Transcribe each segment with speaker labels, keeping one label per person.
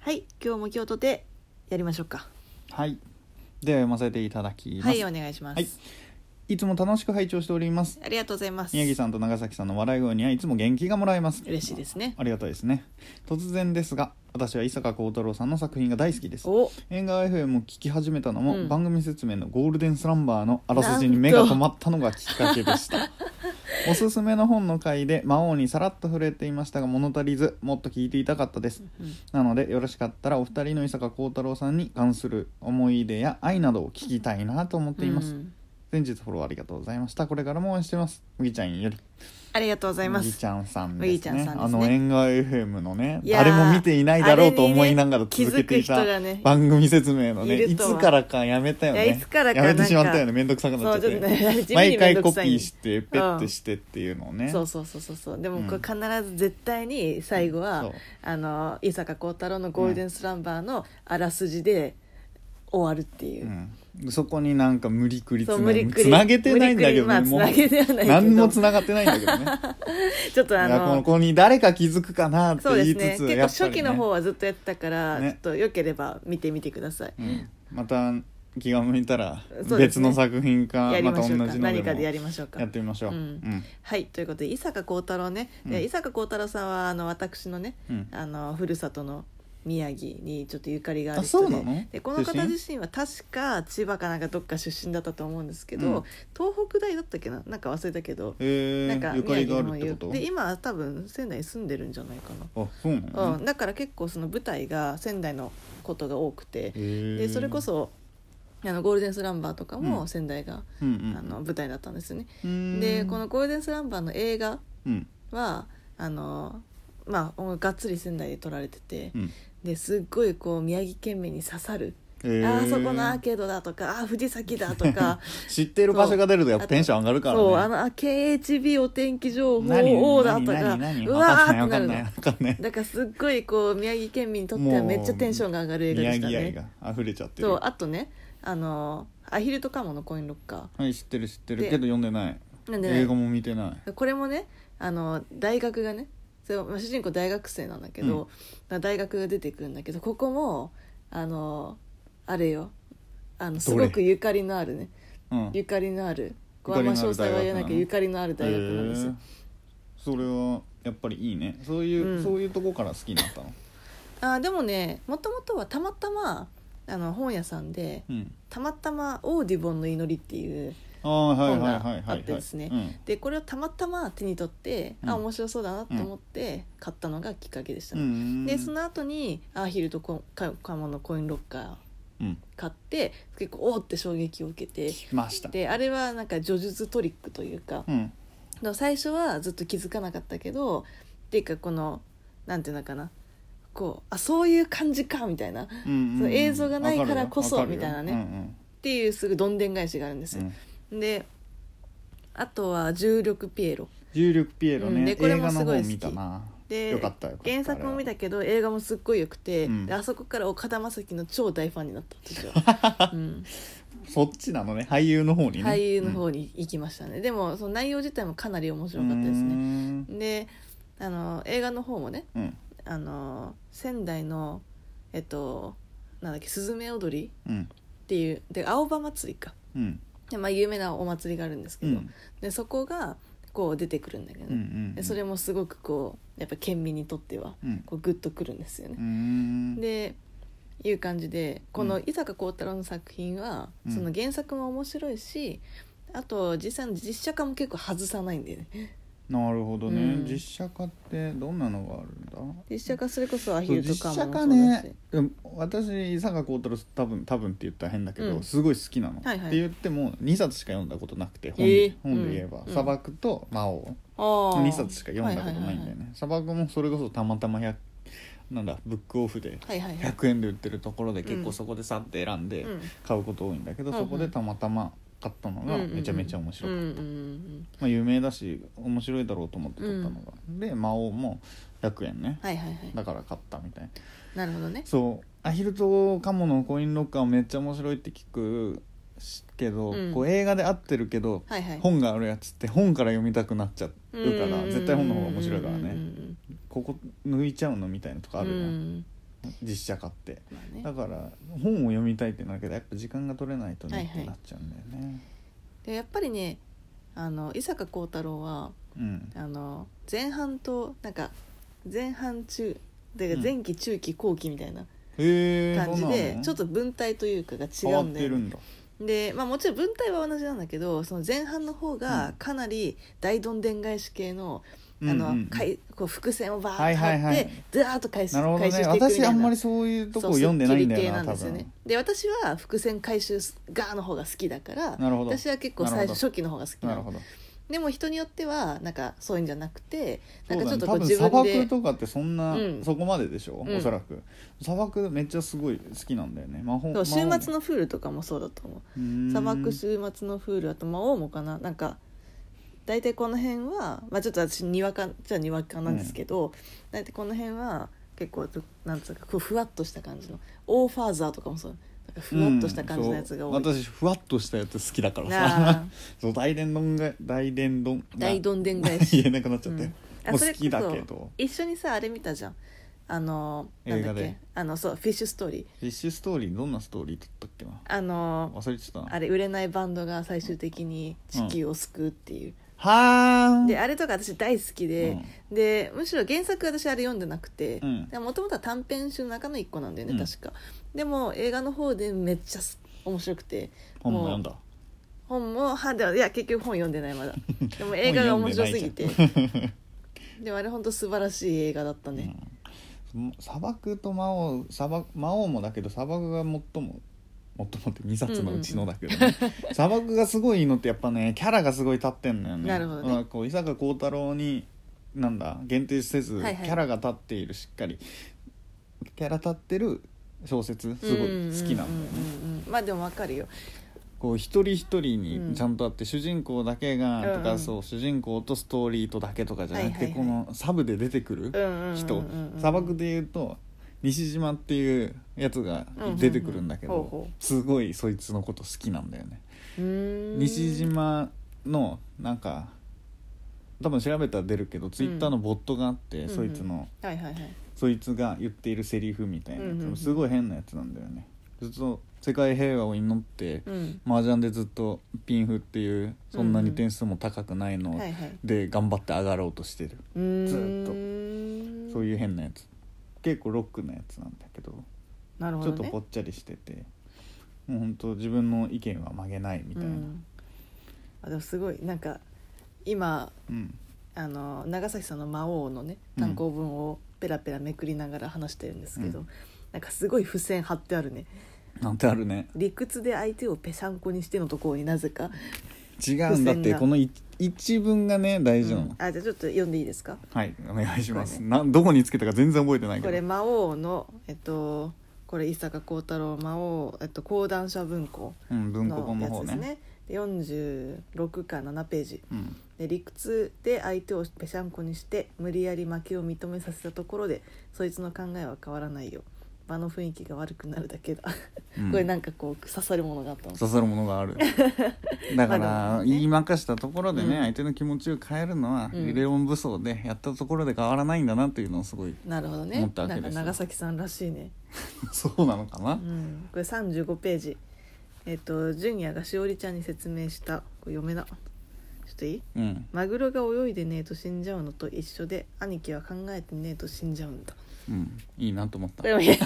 Speaker 1: はい今日も京都でやりましょうか
Speaker 2: はいでは読ませていただきます、
Speaker 1: はいお願いします、
Speaker 2: はいいつも楽しく拝聴しております
Speaker 1: ありがとうございます
Speaker 2: 宮城さんと長崎さんの笑い声にはいつも元気がもらえます
Speaker 1: 嬉しいですね
Speaker 2: ありがたいですね突然ですが私は伊坂幸太郎さんの作品が大好きです
Speaker 1: お
Speaker 2: 映画 FM を聞き始めたの
Speaker 1: う
Speaker 2: も、
Speaker 1: ん
Speaker 2: 番組説明のゴールデンスランバーのあらすじに目が止まったのがきっかけでした おすすめの本の回で魔王にさらっと触れていましたが物足りずもっと聞いていたかったです
Speaker 1: うん
Speaker 2: なのでよろしかったらお二人の伊坂幸太郎さんに関する思い出や愛などを聞きたいなと思っています、
Speaker 1: うん
Speaker 2: 前日フォローありがとうございましたこれからも応援してます麦ちゃんより
Speaker 1: ありがとうございま
Speaker 2: 麦
Speaker 1: す
Speaker 2: ちゃんさん
Speaker 1: 麦
Speaker 2: で
Speaker 1: ち
Speaker 2: す
Speaker 1: ゃん
Speaker 2: ね
Speaker 1: さんですね
Speaker 2: あの縁側 FM のね
Speaker 1: いやー
Speaker 2: 誰も見ていないだろうと思いながら
Speaker 1: 気
Speaker 2: 続
Speaker 1: づ
Speaker 2: け
Speaker 1: く
Speaker 2: てい
Speaker 1: 人
Speaker 2: た
Speaker 1: がね
Speaker 2: 番組説明のね
Speaker 1: いる
Speaker 2: い
Speaker 1: とは
Speaker 2: つからかやめたよ
Speaker 1: いや
Speaker 2: ね
Speaker 1: いつからか
Speaker 2: やめてしまっ
Speaker 1: な
Speaker 2: た
Speaker 1: んか
Speaker 2: よねめんどくさくな
Speaker 1: そ
Speaker 2: っ
Speaker 1: うち
Speaker 2: ちゃ
Speaker 1: ょっ
Speaker 2: っ
Speaker 1: と
Speaker 2: て、
Speaker 1: ね地味に
Speaker 2: 毎
Speaker 1: めん
Speaker 2: 回
Speaker 1: ど
Speaker 2: コ
Speaker 1: く
Speaker 2: ピ
Speaker 1: さい
Speaker 2: ーしてペッてしてっていうのをね、
Speaker 1: そうそうそうそうそうでもこ
Speaker 2: う
Speaker 1: れ
Speaker 2: ん
Speaker 1: 必ず絶対に最後は、
Speaker 2: そう
Speaker 1: あの伊坂幸太郎の「ゴールデンスランバー」のあらすじで終わるっていう、
Speaker 2: うん、そこになんか無理くりつ
Speaker 1: そう
Speaker 2: な
Speaker 1: 無理くり
Speaker 2: つなげてないんだけどね、
Speaker 1: 無理くり
Speaker 2: もう
Speaker 1: まあつなげてはないけど
Speaker 2: 何もつながってないんだけどね
Speaker 1: ちょっ とあ
Speaker 2: いやこ
Speaker 1: の
Speaker 2: のここに誰か気づくかなって
Speaker 1: そう
Speaker 2: 言
Speaker 1: で
Speaker 2: い
Speaker 1: す
Speaker 2: つ
Speaker 1: ね
Speaker 2: つ、
Speaker 1: 結構
Speaker 2: やっぱ
Speaker 1: 初
Speaker 2: り、ね
Speaker 1: 期の方はずっとやってたから、
Speaker 2: ね
Speaker 1: ちょっとよければ見てみてください、
Speaker 2: うん、また気が向いたら
Speaker 1: そうです
Speaker 2: 別
Speaker 1: ね
Speaker 2: の作品か、
Speaker 1: やり
Speaker 2: ま
Speaker 1: ま
Speaker 2: た同
Speaker 1: しょ
Speaker 2: じ
Speaker 1: うか、
Speaker 2: のでも
Speaker 1: 何かでやりましょうか
Speaker 2: やってみましょう、
Speaker 1: う
Speaker 2: うんん
Speaker 1: はいということで伊坂幸太郎ね、で
Speaker 2: うん
Speaker 1: 伊坂幸太郎さんはあの私のね
Speaker 2: うん
Speaker 1: あのふるさとの宮城にちょっとゆかりがある
Speaker 2: あそ
Speaker 1: 人
Speaker 2: う
Speaker 1: で
Speaker 2: なの
Speaker 1: でこの
Speaker 2: 出
Speaker 1: 方
Speaker 2: 身
Speaker 1: 自身は確か千葉かなんかどっか出身だったと思うんですけど、
Speaker 2: うん
Speaker 1: 東北大だったっけななんか忘れたけど、
Speaker 2: え
Speaker 1: なん
Speaker 2: ー、ゆか
Speaker 1: 宮
Speaker 2: り
Speaker 1: 城
Speaker 2: があ
Speaker 1: の
Speaker 2: るって
Speaker 1: ゆ
Speaker 2: こと
Speaker 1: で今は多分仙台に住んでるんじゃないか
Speaker 2: あそうな
Speaker 1: な、
Speaker 2: の、
Speaker 1: う
Speaker 2: ね
Speaker 1: ん、だから結構その舞台が仙台のことが多くて
Speaker 2: え、ー
Speaker 1: でそれこ、そあのゴールデンスランバーとか
Speaker 2: う
Speaker 1: も
Speaker 2: ん
Speaker 1: 仙台が、
Speaker 2: うんうん、
Speaker 1: あの舞台だったんですよね。
Speaker 2: うーん
Speaker 1: でこの、ゴールデンスランバーの映画
Speaker 2: うん
Speaker 1: はあのまあがっつり仙台で撮られてて、
Speaker 2: うん
Speaker 1: ですっごいこう宮城県民に刺さる、
Speaker 2: え
Speaker 1: あ
Speaker 2: ー
Speaker 1: ーあそこのアーケードだとかあー藤崎だとか
Speaker 2: 知ってる場所が出るとやっぱテンション上がるからね
Speaker 1: そうあのあ KHB お天気情
Speaker 2: 何
Speaker 1: 報王だとか
Speaker 2: 何何何
Speaker 1: うわーっ
Speaker 2: わ
Speaker 1: てな
Speaker 2: か
Speaker 1: る
Speaker 2: んない
Speaker 1: の
Speaker 2: わかんないわかんない
Speaker 1: だからすっごいこう宮城県民にとってはめっちゃテンションが上がる映画で
Speaker 2: 宮
Speaker 1: した
Speaker 2: 城愛
Speaker 1: ね
Speaker 2: が溢れちゃってる
Speaker 1: そうあとねあのアヒルとカモのコインロッカ
Speaker 2: はい知ってる知ってる
Speaker 1: で
Speaker 2: けど読んでない
Speaker 1: ーなんでね
Speaker 2: 映画も見てない
Speaker 1: これもねあの大学がねそれまあ主人公大学生なんだけど、大学が出てくるんだけどここもあのあれよあのすごくゆかりのあるね
Speaker 2: うん
Speaker 1: ゆかりのあるここは
Speaker 2: ゆ
Speaker 1: ま
Speaker 2: か
Speaker 1: あ
Speaker 2: り
Speaker 1: 詳
Speaker 2: のある
Speaker 1: 細は言えないけどゆ
Speaker 2: 大学
Speaker 1: かり
Speaker 2: なの
Speaker 1: のある大学なんですよ、
Speaker 2: へーそれはやっぱりいいねそういう、
Speaker 1: うん
Speaker 2: そういうとこから好きになったの
Speaker 1: あーでもねもともとはたまたまあの本屋さんで
Speaker 2: うん
Speaker 1: たまたま「オーディボンの祈り」っていう
Speaker 2: ああはいはいはいは
Speaker 1: 本
Speaker 2: い
Speaker 1: が
Speaker 2: は
Speaker 1: あ
Speaker 2: い
Speaker 1: ってですね
Speaker 2: うん
Speaker 1: でこれをたまたま手に取って、
Speaker 2: う
Speaker 1: あ
Speaker 2: ん
Speaker 1: 面白そうだなと思って買ったのがきっかけでした
Speaker 2: う
Speaker 1: ね、
Speaker 2: ん
Speaker 1: でその後にアーヒルとコカカモのコインロッカー
Speaker 2: うん
Speaker 1: 買って結構おーって衝撃を受けて
Speaker 2: 来ました
Speaker 1: であれはなんか叙述トリックというか
Speaker 2: うん
Speaker 1: でも最初はずっと気づかなかったけどっていうかこのなんていうのかなこうあそういう感じかみたいなっ
Speaker 2: うんうん
Speaker 1: その映像がないからこそ
Speaker 2: わかるよ
Speaker 1: みたいなね
Speaker 2: わかるよ
Speaker 1: ていうすぐどんでん返しがあるんです
Speaker 2: うんう
Speaker 1: よ
Speaker 2: ん、
Speaker 1: であとは重力ピエロ
Speaker 2: 重力ピエロ
Speaker 1: う
Speaker 2: ね,、
Speaker 1: んでこれ
Speaker 2: 映
Speaker 1: も
Speaker 2: 画
Speaker 1: す
Speaker 2: の
Speaker 1: ごい好
Speaker 2: 方
Speaker 1: き
Speaker 2: 見たな
Speaker 1: で
Speaker 2: よかったよかった
Speaker 1: 原作も見
Speaker 2: あ
Speaker 1: た
Speaker 2: れ
Speaker 1: けど映画もすっごい良くて、
Speaker 2: うん
Speaker 1: であそこから岡田将生の超大ファンになった私 は、うん、
Speaker 2: はそっちなのね俳優の方にね
Speaker 1: 俳優の方に行きましたね、でもその内容自体もかなり面白かったですね
Speaker 2: ね
Speaker 1: であの映画の方もね
Speaker 2: うん
Speaker 1: あの仙台のえっとなんだっけ「すずめ踊り」
Speaker 2: うん
Speaker 1: っていうで青葉祭りか
Speaker 2: うん
Speaker 1: で、まあ、有名なお祭りがあるんですけ
Speaker 2: う
Speaker 1: ど、
Speaker 2: ん
Speaker 1: でそこがこう出てくるんだけど
Speaker 2: うんう
Speaker 1: ね、
Speaker 2: ん
Speaker 1: でそれもすごくこうやっぱ県民にとっては
Speaker 2: うん
Speaker 1: こうグッとくるんですよね
Speaker 2: う。ん
Speaker 1: でいう感じでこの
Speaker 2: うん
Speaker 1: 伊坂幸太郎の作品は、
Speaker 2: うん
Speaker 1: その原作も面白いしあと実際の実写化も結構外さないんだよね
Speaker 2: なるほどね、
Speaker 1: うん
Speaker 2: 実写化ってどんなのがあるんだ
Speaker 1: 実写化それこそアヒルと
Speaker 2: 実
Speaker 1: かも
Speaker 2: 写
Speaker 1: そうだ
Speaker 2: 化
Speaker 1: し、
Speaker 2: ねでも私伊坂幸太郎多分多分って言ったら変だけど、
Speaker 1: うん
Speaker 2: すごい好きなの、
Speaker 1: はいはい
Speaker 2: って言っても2冊しか読んだことなくて本,、
Speaker 1: えー
Speaker 2: 本で言えば、
Speaker 1: うん
Speaker 2: 砂漠と魔王
Speaker 1: あー
Speaker 2: 2冊しか読んだことないんだよね、砂漠もそれこそたまたま100なんだブックオフで
Speaker 1: はいはいはい、はいはいはい
Speaker 2: 100円で売ってるところで結
Speaker 1: うん
Speaker 2: 構そこでさって選んで
Speaker 1: うん
Speaker 2: 買うこと多いんだけど、
Speaker 1: うんうん
Speaker 2: そこでたまたま買ったのがめちゃめちゃ面白かっ
Speaker 1: う
Speaker 2: た、
Speaker 1: んうんうん
Speaker 2: まあ、有名だし面白いだろうと思って買ったのが、で魔王も100円ね、
Speaker 1: はいはいはい
Speaker 2: だから買ったみたい
Speaker 1: な
Speaker 2: な
Speaker 1: るほどね
Speaker 2: そうアヒルとカモのコインロッカーめっちゃ面白いって聞くしけど、
Speaker 1: うん
Speaker 2: こう映画で合ってるけど、
Speaker 1: はいはい
Speaker 2: 本があるやつって本から読みたくなっちゃう
Speaker 1: うんうんうん
Speaker 2: から絶対本の方が面白いから
Speaker 1: うんうんう
Speaker 2: ね
Speaker 1: ん
Speaker 2: ここ抜いちゃうのみたいなとこあるじゃん
Speaker 1: うん
Speaker 2: 実写化って
Speaker 1: まあね
Speaker 2: だから本を読みたいってなるけどやっぱ時間が取れないと
Speaker 1: はい
Speaker 2: ね
Speaker 1: はい
Speaker 2: ってなっちゃうんだよね、
Speaker 1: でやっぱりねあの伊坂幸太郎は
Speaker 2: うん
Speaker 1: あの前半となんか前半中で
Speaker 2: うん
Speaker 1: 前期中期後期みたいな
Speaker 2: へえ
Speaker 1: 感じで、ちょっと
Speaker 2: と
Speaker 1: 文体というかが違
Speaker 2: 変わ
Speaker 1: う
Speaker 2: っ
Speaker 1: んだ
Speaker 2: て
Speaker 1: よ
Speaker 2: る
Speaker 1: ね
Speaker 2: んだ
Speaker 1: で、まあ、もちろん文体は同じなんだけどその前半の方
Speaker 2: う
Speaker 1: が
Speaker 2: ん
Speaker 1: かなり大どんでん返し系の,、あ
Speaker 2: うんうんう
Speaker 1: の
Speaker 2: ん
Speaker 1: かいこう伏線をバーッと張って、
Speaker 2: はいはいはい
Speaker 1: ずらーっと回収
Speaker 2: なるほど
Speaker 1: 回収
Speaker 2: ね
Speaker 1: していくみたいな
Speaker 2: 私あんまりそういうとこ読んでないんだよな
Speaker 1: そう
Speaker 2: 多
Speaker 1: すっきり系なんですよ
Speaker 2: 分
Speaker 1: ねで私は伏線回収ガーの方が好きだから
Speaker 2: なるほど
Speaker 1: 私は結構
Speaker 2: な
Speaker 1: 最
Speaker 2: るほ
Speaker 1: 初
Speaker 2: ど
Speaker 1: 初期の方が好きな
Speaker 2: なる
Speaker 1: の
Speaker 2: ほど
Speaker 1: でも人によってはなんかそういうんじゃなくて
Speaker 2: そ
Speaker 1: な
Speaker 2: うん
Speaker 1: か
Speaker 2: だ
Speaker 1: ちょ
Speaker 2: ね
Speaker 1: っとこ
Speaker 2: 多
Speaker 1: う
Speaker 2: 分
Speaker 1: 自
Speaker 2: 砂
Speaker 1: 分で
Speaker 2: 漠とかってそんな、
Speaker 1: うん
Speaker 2: そこまででしょ
Speaker 1: うん
Speaker 2: おそらく砂漠めっちゃすごい好きなんだよね魔法
Speaker 1: そう週
Speaker 2: 魔王
Speaker 1: 末のフールとかもそうだと思う
Speaker 2: うーん
Speaker 1: 砂漠週末のフールあと魔王もかななんか大体この辺は、まあ、ちょっと私にわかじゃあにわかなんですけど、大体この辺は結構どなんつうかこうふわっとした感じのオーファーザーとかもそうなんかふわっとした感じのやつが多い、
Speaker 2: うんそう私ふわっとしたやつ好きだから
Speaker 1: なあ
Speaker 2: さ そう大伝丼が大伝丼な
Speaker 1: 大どんでん返し
Speaker 2: 言えなくなっちゃったよ、
Speaker 1: あ
Speaker 2: もう
Speaker 1: それ
Speaker 2: 好
Speaker 1: こそ
Speaker 2: きだけど
Speaker 1: 一緒にさあれ見たじゃんあのなんだっ
Speaker 2: 映画
Speaker 1: け
Speaker 2: で
Speaker 1: あのそうフィッシュストーリー
Speaker 2: フィッシュストーリーどんなストーリーだったっけな
Speaker 1: あの
Speaker 2: 忘れてたな
Speaker 1: あれ売れないバンドが最終的に地球を救うっていう、
Speaker 2: はあ
Speaker 1: であれとか私大好きで、でむしろ原作私あれ読んでなくて
Speaker 2: うん
Speaker 1: もともとは短編集の中の一個なんだよね、
Speaker 2: うん
Speaker 1: 確かでも映画の方でめっちゃす面白くて
Speaker 2: 本も
Speaker 1: もう
Speaker 2: 読んだ
Speaker 1: 本もはでいや結局本読んでない まだでも映画が面白すぎて
Speaker 2: 本読んでないじゃん
Speaker 1: でもあれ本当素晴らしい映画だったね、
Speaker 2: うん砂漠と魔王砂漠魔王もだけど砂漠が最も最もって2冊のうちのだけど、ね砂漠がすごいのってやっぱねキャラがすごい立ってんのよね
Speaker 1: なるほどね
Speaker 2: まあこう伊坂幸太郎になんだ限定せず、
Speaker 1: はいはい
Speaker 2: キャラが立っているしっかりキャラ立ってる小説すごい好きなんだよね、
Speaker 1: うんうんうんうんまあでもわかるよ
Speaker 2: こう一人一人
Speaker 1: うん
Speaker 2: にちゃんとあって、主人公だけがと
Speaker 1: うん
Speaker 2: か、
Speaker 1: うん
Speaker 2: そう主人公とストーリーとだけとかじゃなくて、
Speaker 1: はいはいはい
Speaker 2: このサブで出てくる
Speaker 1: うんうんうんうん
Speaker 2: 人、砂漠で言うと西島っていうやつが出てくるんだけど、
Speaker 1: うんうんうんほうほ
Speaker 2: すごいそいつのこと好きなんだよね。
Speaker 1: うーん
Speaker 2: 西島のなんか多分調べたら出るけど、ツイッターのボットがあって、
Speaker 1: うんうん
Speaker 2: そいつの
Speaker 1: はいはいはい
Speaker 2: そいつが言っているセリフみたいなやつ、
Speaker 1: うんうんうん
Speaker 2: すごい変なやつなんだよね。ずっと世界平和を祈って、
Speaker 1: うん
Speaker 2: 麻雀でずっとピンフっていうそんなに点数も高くないの
Speaker 1: はいはい
Speaker 2: で頑張って上がろうとしてる、
Speaker 1: うーん
Speaker 2: ずそういう変なやつ結構ロックなやつなんだけど
Speaker 1: なるほ
Speaker 2: ち
Speaker 1: ど
Speaker 2: ょっと
Speaker 1: ね
Speaker 2: ぽっちゃりしててもう本当自分の意見は曲げないみたいな、
Speaker 1: う
Speaker 2: うん
Speaker 1: ん、あでもすごいなんか今あの長崎さんの「魔王」のね単行本をペラペラめくりながら話してるんですけど、
Speaker 2: うん
Speaker 1: なんかすごい付箋貼ってあるね
Speaker 2: なんてあるね
Speaker 1: 理屈で相手をぺしゃんこにしてのところになぜか、
Speaker 2: 違うんだっ
Speaker 1: 付箋
Speaker 2: て
Speaker 1: が
Speaker 2: この一一文がね大事なの、
Speaker 1: うんあじゃあちょっと読んでいいですか
Speaker 2: はいお願いします、
Speaker 1: これ
Speaker 2: なんどこにつけたか全然覚えてないけ
Speaker 1: こ
Speaker 2: ど
Speaker 1: れ魔王のえっとこれ伊坂幸太郎魔王、えっと、講談社文庫
Speaker 2: うん、文庫本
Speaker 1: の
Speaker 2: の
Speaker 1: や
Speaker 2: 方
Speaker 1: つです
Speaker 2: ね
Speaker 1: ねで46か7ページ
Speaker 2: うん、
Speaker 1: で理屈で相手をぺしゃんこにして無理やり負けを認めさせたところでそいつの考えは変わらないよ場の雰囲気が悪くなるだけだ、
Speaker 2: うん
Speaker 1: これなんかこう刺さるものがあったの
Speaker 2: 刺さるものが あるだか
Speaker 1: ま
Speaker 2: ら
Speaker 1: だね
Speaker 2: 言いまかしたところでね、
Speaker 1: うん
Speaker 2: 相手の気持ちを変えるのは、
Speaker 1: うん
Speaker 2: レオン武装でやったところで変わらないんだなっていうのをすごい
Speaker 1: なるほど
Speaker 2: 思
Speaker 1: ね
Speaker 2: ったわけ
Speaker 1: な
Speaker 2: です
Speaker 1: ん
Speaker 2: よ
Speaker 1: か長崎さんらしいね、
Speaker 2: そうなのかな、
Speaker 1: うん、これ35ページえっ、とジュニアがしおりちゃんに説明したこれ読めなちょっといい
Speaker 2: うん
Speaker 1: マグロが泳いでねえと死んじゃうのと一緒で兄貴は考えてねえと死んじゃうん だ
Speaker 2: うんいいなと思った
Speaker 1: こ れもいい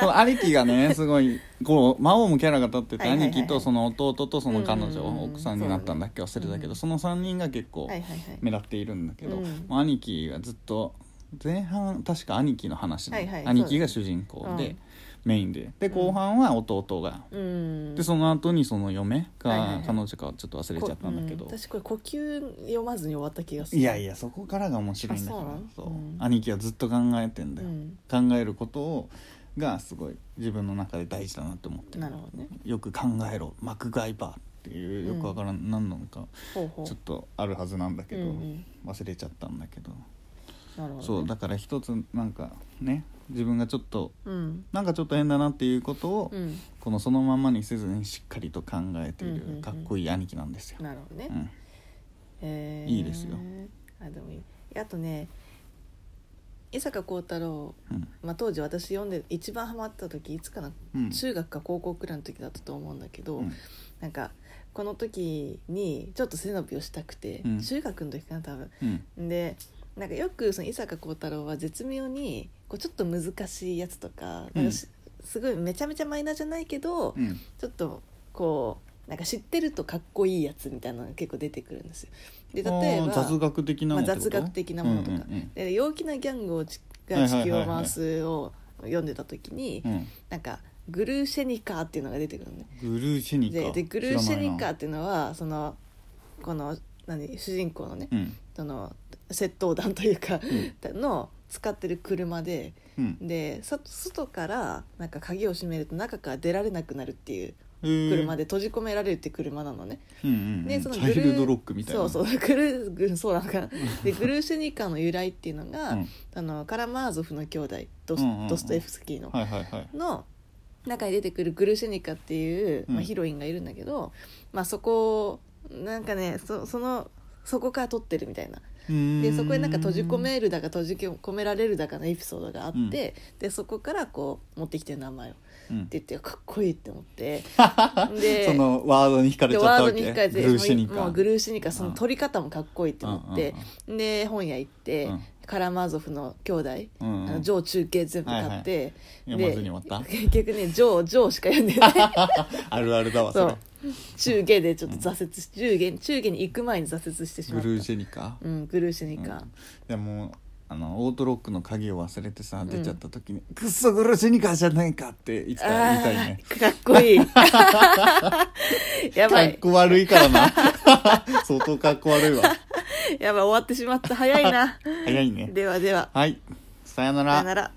Speaker 2: この兄貴がねすごいこう魔王もキャラが立ってて、
Speaker 1: はいはいはい
Speaker 2: 兄貴とその弟とその彼女、
Speaker 1: うんうんうん
Speaker 2: 奥さんになったんだっけ忘れたけど、
Speaker 1: うん
Speaker 2: その3人が結構
Speaker 1: はいはいはい
Speaker 2: 目立っているんだけど、
Speaker 1: うん
Speaker 2: まあ兄貴がずっと前半確か兄貴の話で、
Speaker 1: はいはい
Speaker 2: 兄貴が主人公で、
Speaker 1: うん
Speaker 2: メインでで
Speaker 1: ん
Speaker 2: 後半は弟が
Speaker 1: うん
Speaker 2: でその後にその嫁か、
Speaker 1: はいはいはい
Speaker 2: 彼女かちょっと忘れちゃったんだけ
Speaker 1: こ
Speaker 2: ど、
Speaker 1: うん私これ呼吸読まずに終わった気がする
Speaker 2: いやいやそこからが面白いんだから
Speaker 1: あそうなの
Speaker 2: そう
Speaker 1: うん
Speaker 2: 兄貴はずっと考えてんだ
Speaker 1: う
Speaker 2: よ、
Speaker 1: ん
Speaker 2: 考えることをがすごい自分の中で大事だなって思って
Speaker 1: なるほどね
Speaker 2: よく考えろマクガイバーっていうよくわからん、何なのか
Speaker 1: ほうほう
Speaker 2: ちょっとあるはずなんだけ
Speaker 1: う
Speaker 2: ど、
Speaker 1: んうん
Speaker 2: 忘れちゃったんだけど、
Speaker 1: なるほどね、
Speaker 2: そうだから一つなんかね自分がちょっと
Speaker 1: うん
Speaker 2: なんかちょっと変だなっていうことを、
Speaker 1: うん
Speaker 2: このそのままにせずにしっかりと考えてい
Speaker 1: うんうんうん
Speaker 2: るかっこいい兄貴なんですよ。
Speaker 1: なるほどね、
Speaker 2: うん
Speaker 1: えー
Speaker 2: いいですよ
Speaker 1: あでもいいあとね伊坂幸太郎、
Speaker 2: うん
Speaker 1: まあ、当時私読んで一番ハマった時いつかな、
Speaker 2: うん
Speaker 1: 中学か高校くらいの時だったと思うんだけど、
Speaker 2: うん
Speaker 1: なんかこの時にちょっと背伸びをしたくて、
Speaker 2: うん
Speaker 1: 中学の時かな多分
Speaker 2: うん
Speaker 1: でなんかよくその伊坂幸太郎は絶妙にこうちょっと難しいやつとか,、
Speaker 2: う
Speaker 1: な
Speaker 2: ん
Speaker 1: んかしすごいめちゃめちゃマイナーじゃないけど、
Speaker 2: うん
Speaker 1: ちょっとこうなんか知ってるとかっこいいやつみたいなのが結構出てくるんですよ。で例え
Speaker 2: あ
Speaker 1: ば
Speaker 2: ー雑学的な
Speaker 1: ま
Speaker 2: も
Speaker 1: あ、
Speaker 2: のってこ
Speaker 1: 雑
Speaker 2: と
Speaker 1: 学的なものとか、
Speaker 2: うんうん
Speaker 1: で陽気なギャングをち
Speaker 2: は
Speaker 1: が
Speaker 2: いはい
Speaker 1: 地
Speaker 2: はい
Speaker 1: 球
Speaker 2: はい
Speaker 1: を回すを読んでた時に、
Speaker 2: うんうん
Speaker 1: なんかグルーシェニカーっていうのが出てくるのね。
Speaker 2: グルーシェニ
Speaker 1: で
Speaker 2: カ
Speaker 1: でグルーシェニカー
Speaker 2: ー
Speaker 1: っていうのはそのこの何主人公のね、
Speaker 2: うん
Speaker 1: その窃盗団というか、
Speaker 2: う
Speaker 1: の使ってる車で
Speaker 2: うん
Speaker 1: でさ外からなんか鍵を閉めると中から出られなくなるっていう車
Speaker 2: で、
Speaker 1: で閉じ込められるって車なのね。
Speaker 2: うんうんう
Speaker 1: で
Speaker 2: ん、
Speaker 1: その
Speaker 2: チ
Speaker 1: グ
Speaker 2: ャ
Speaker 1: ル
Speaker 2: イルドロックみたいな
Speaker 1: そう そうグルグルそうなのかなでグルーシュニカの由来っていうのが、
Speaker 2: うん
Speaker 1: あのカラマーゾフの兄弟ドス,、
Speaker 2: うんうんうん
Speaker 1: ドストエフスキーの、
Speaker 2: はいはいはい
Speaker 1: の中に出てくるグルーシュニカっていう、ま
Speaker 2: う
Speaker 1: あ、
Speaker 2: ん
Speaker 1: ヒロインがいるんだけど、まあ、そこをなんかねそそのそこから撮ってるみたいなで
Speaker 2: で
Speaker 1: そこでなんか閉じ込めるだか閉じ込められるだかのエピソードがあって、
Speaker 2: うん
Speaker 1: でそこからこう持ってきてる名前を
Speaker 2: うん
Speaker 1: って言ってかっこいいって思 って。で
Speaker 2: そのワードに惹かれ
Speaker 1: で
Speaker 2: ちゃ
Speaker 1: ワード
Speaker 2: ったわ
Speaker 1: に
Speaker 2: け
Speaker 1: 控えて
Speaker 2: グルーシェニ
Speaker 1: も
Speaker 2: カ
Speaker 1: うグルーシニカその
Speaker 2: うん
Speaker 1: 取り方もかっこいいって思って、で本屋行って、
Speaker 2: うん
Speaker 1: カラマーゾフの兄弟、
Speaker 2: うんうん
Speaker 1: あの上中継全部買って、
Speaker 2: はいはい
Speaker 1: で
Speaker 2: 読まずに終わった
Speaker 1: 結局ね上上しか読んでない
Speaker 2: あるあるだわ
Speaker 1: そ
Speaker 2: そうれ
Speaker 1: 中下でちょっと挫折し中下中下に行く前に挫折してしま
Speaker 2: グ
Speaker 1: った
Speaker 2: ルーシェニカ
Speaker 1: うん、グルーシニカ、
Speaker 2: でもあのオートロックの鍵を忘れてさ出ちゃった時に「クッソグルーシェニカじゃないか」っていつか言いたいね
Speaker 1: あーかっこ いいやば
Speaker 2: かっ
Speaker 1: い
Speaker 2: こ悪いからな 相当かっこ悪いわ
Speaker 1: やばい終わってしまった早いな
Speaker 2: 早いね
Speaker 1: ではでは
Speaker 2: はいさよな
Speaker 1: さよ
Speaker 2: ら
Speaker 1: なら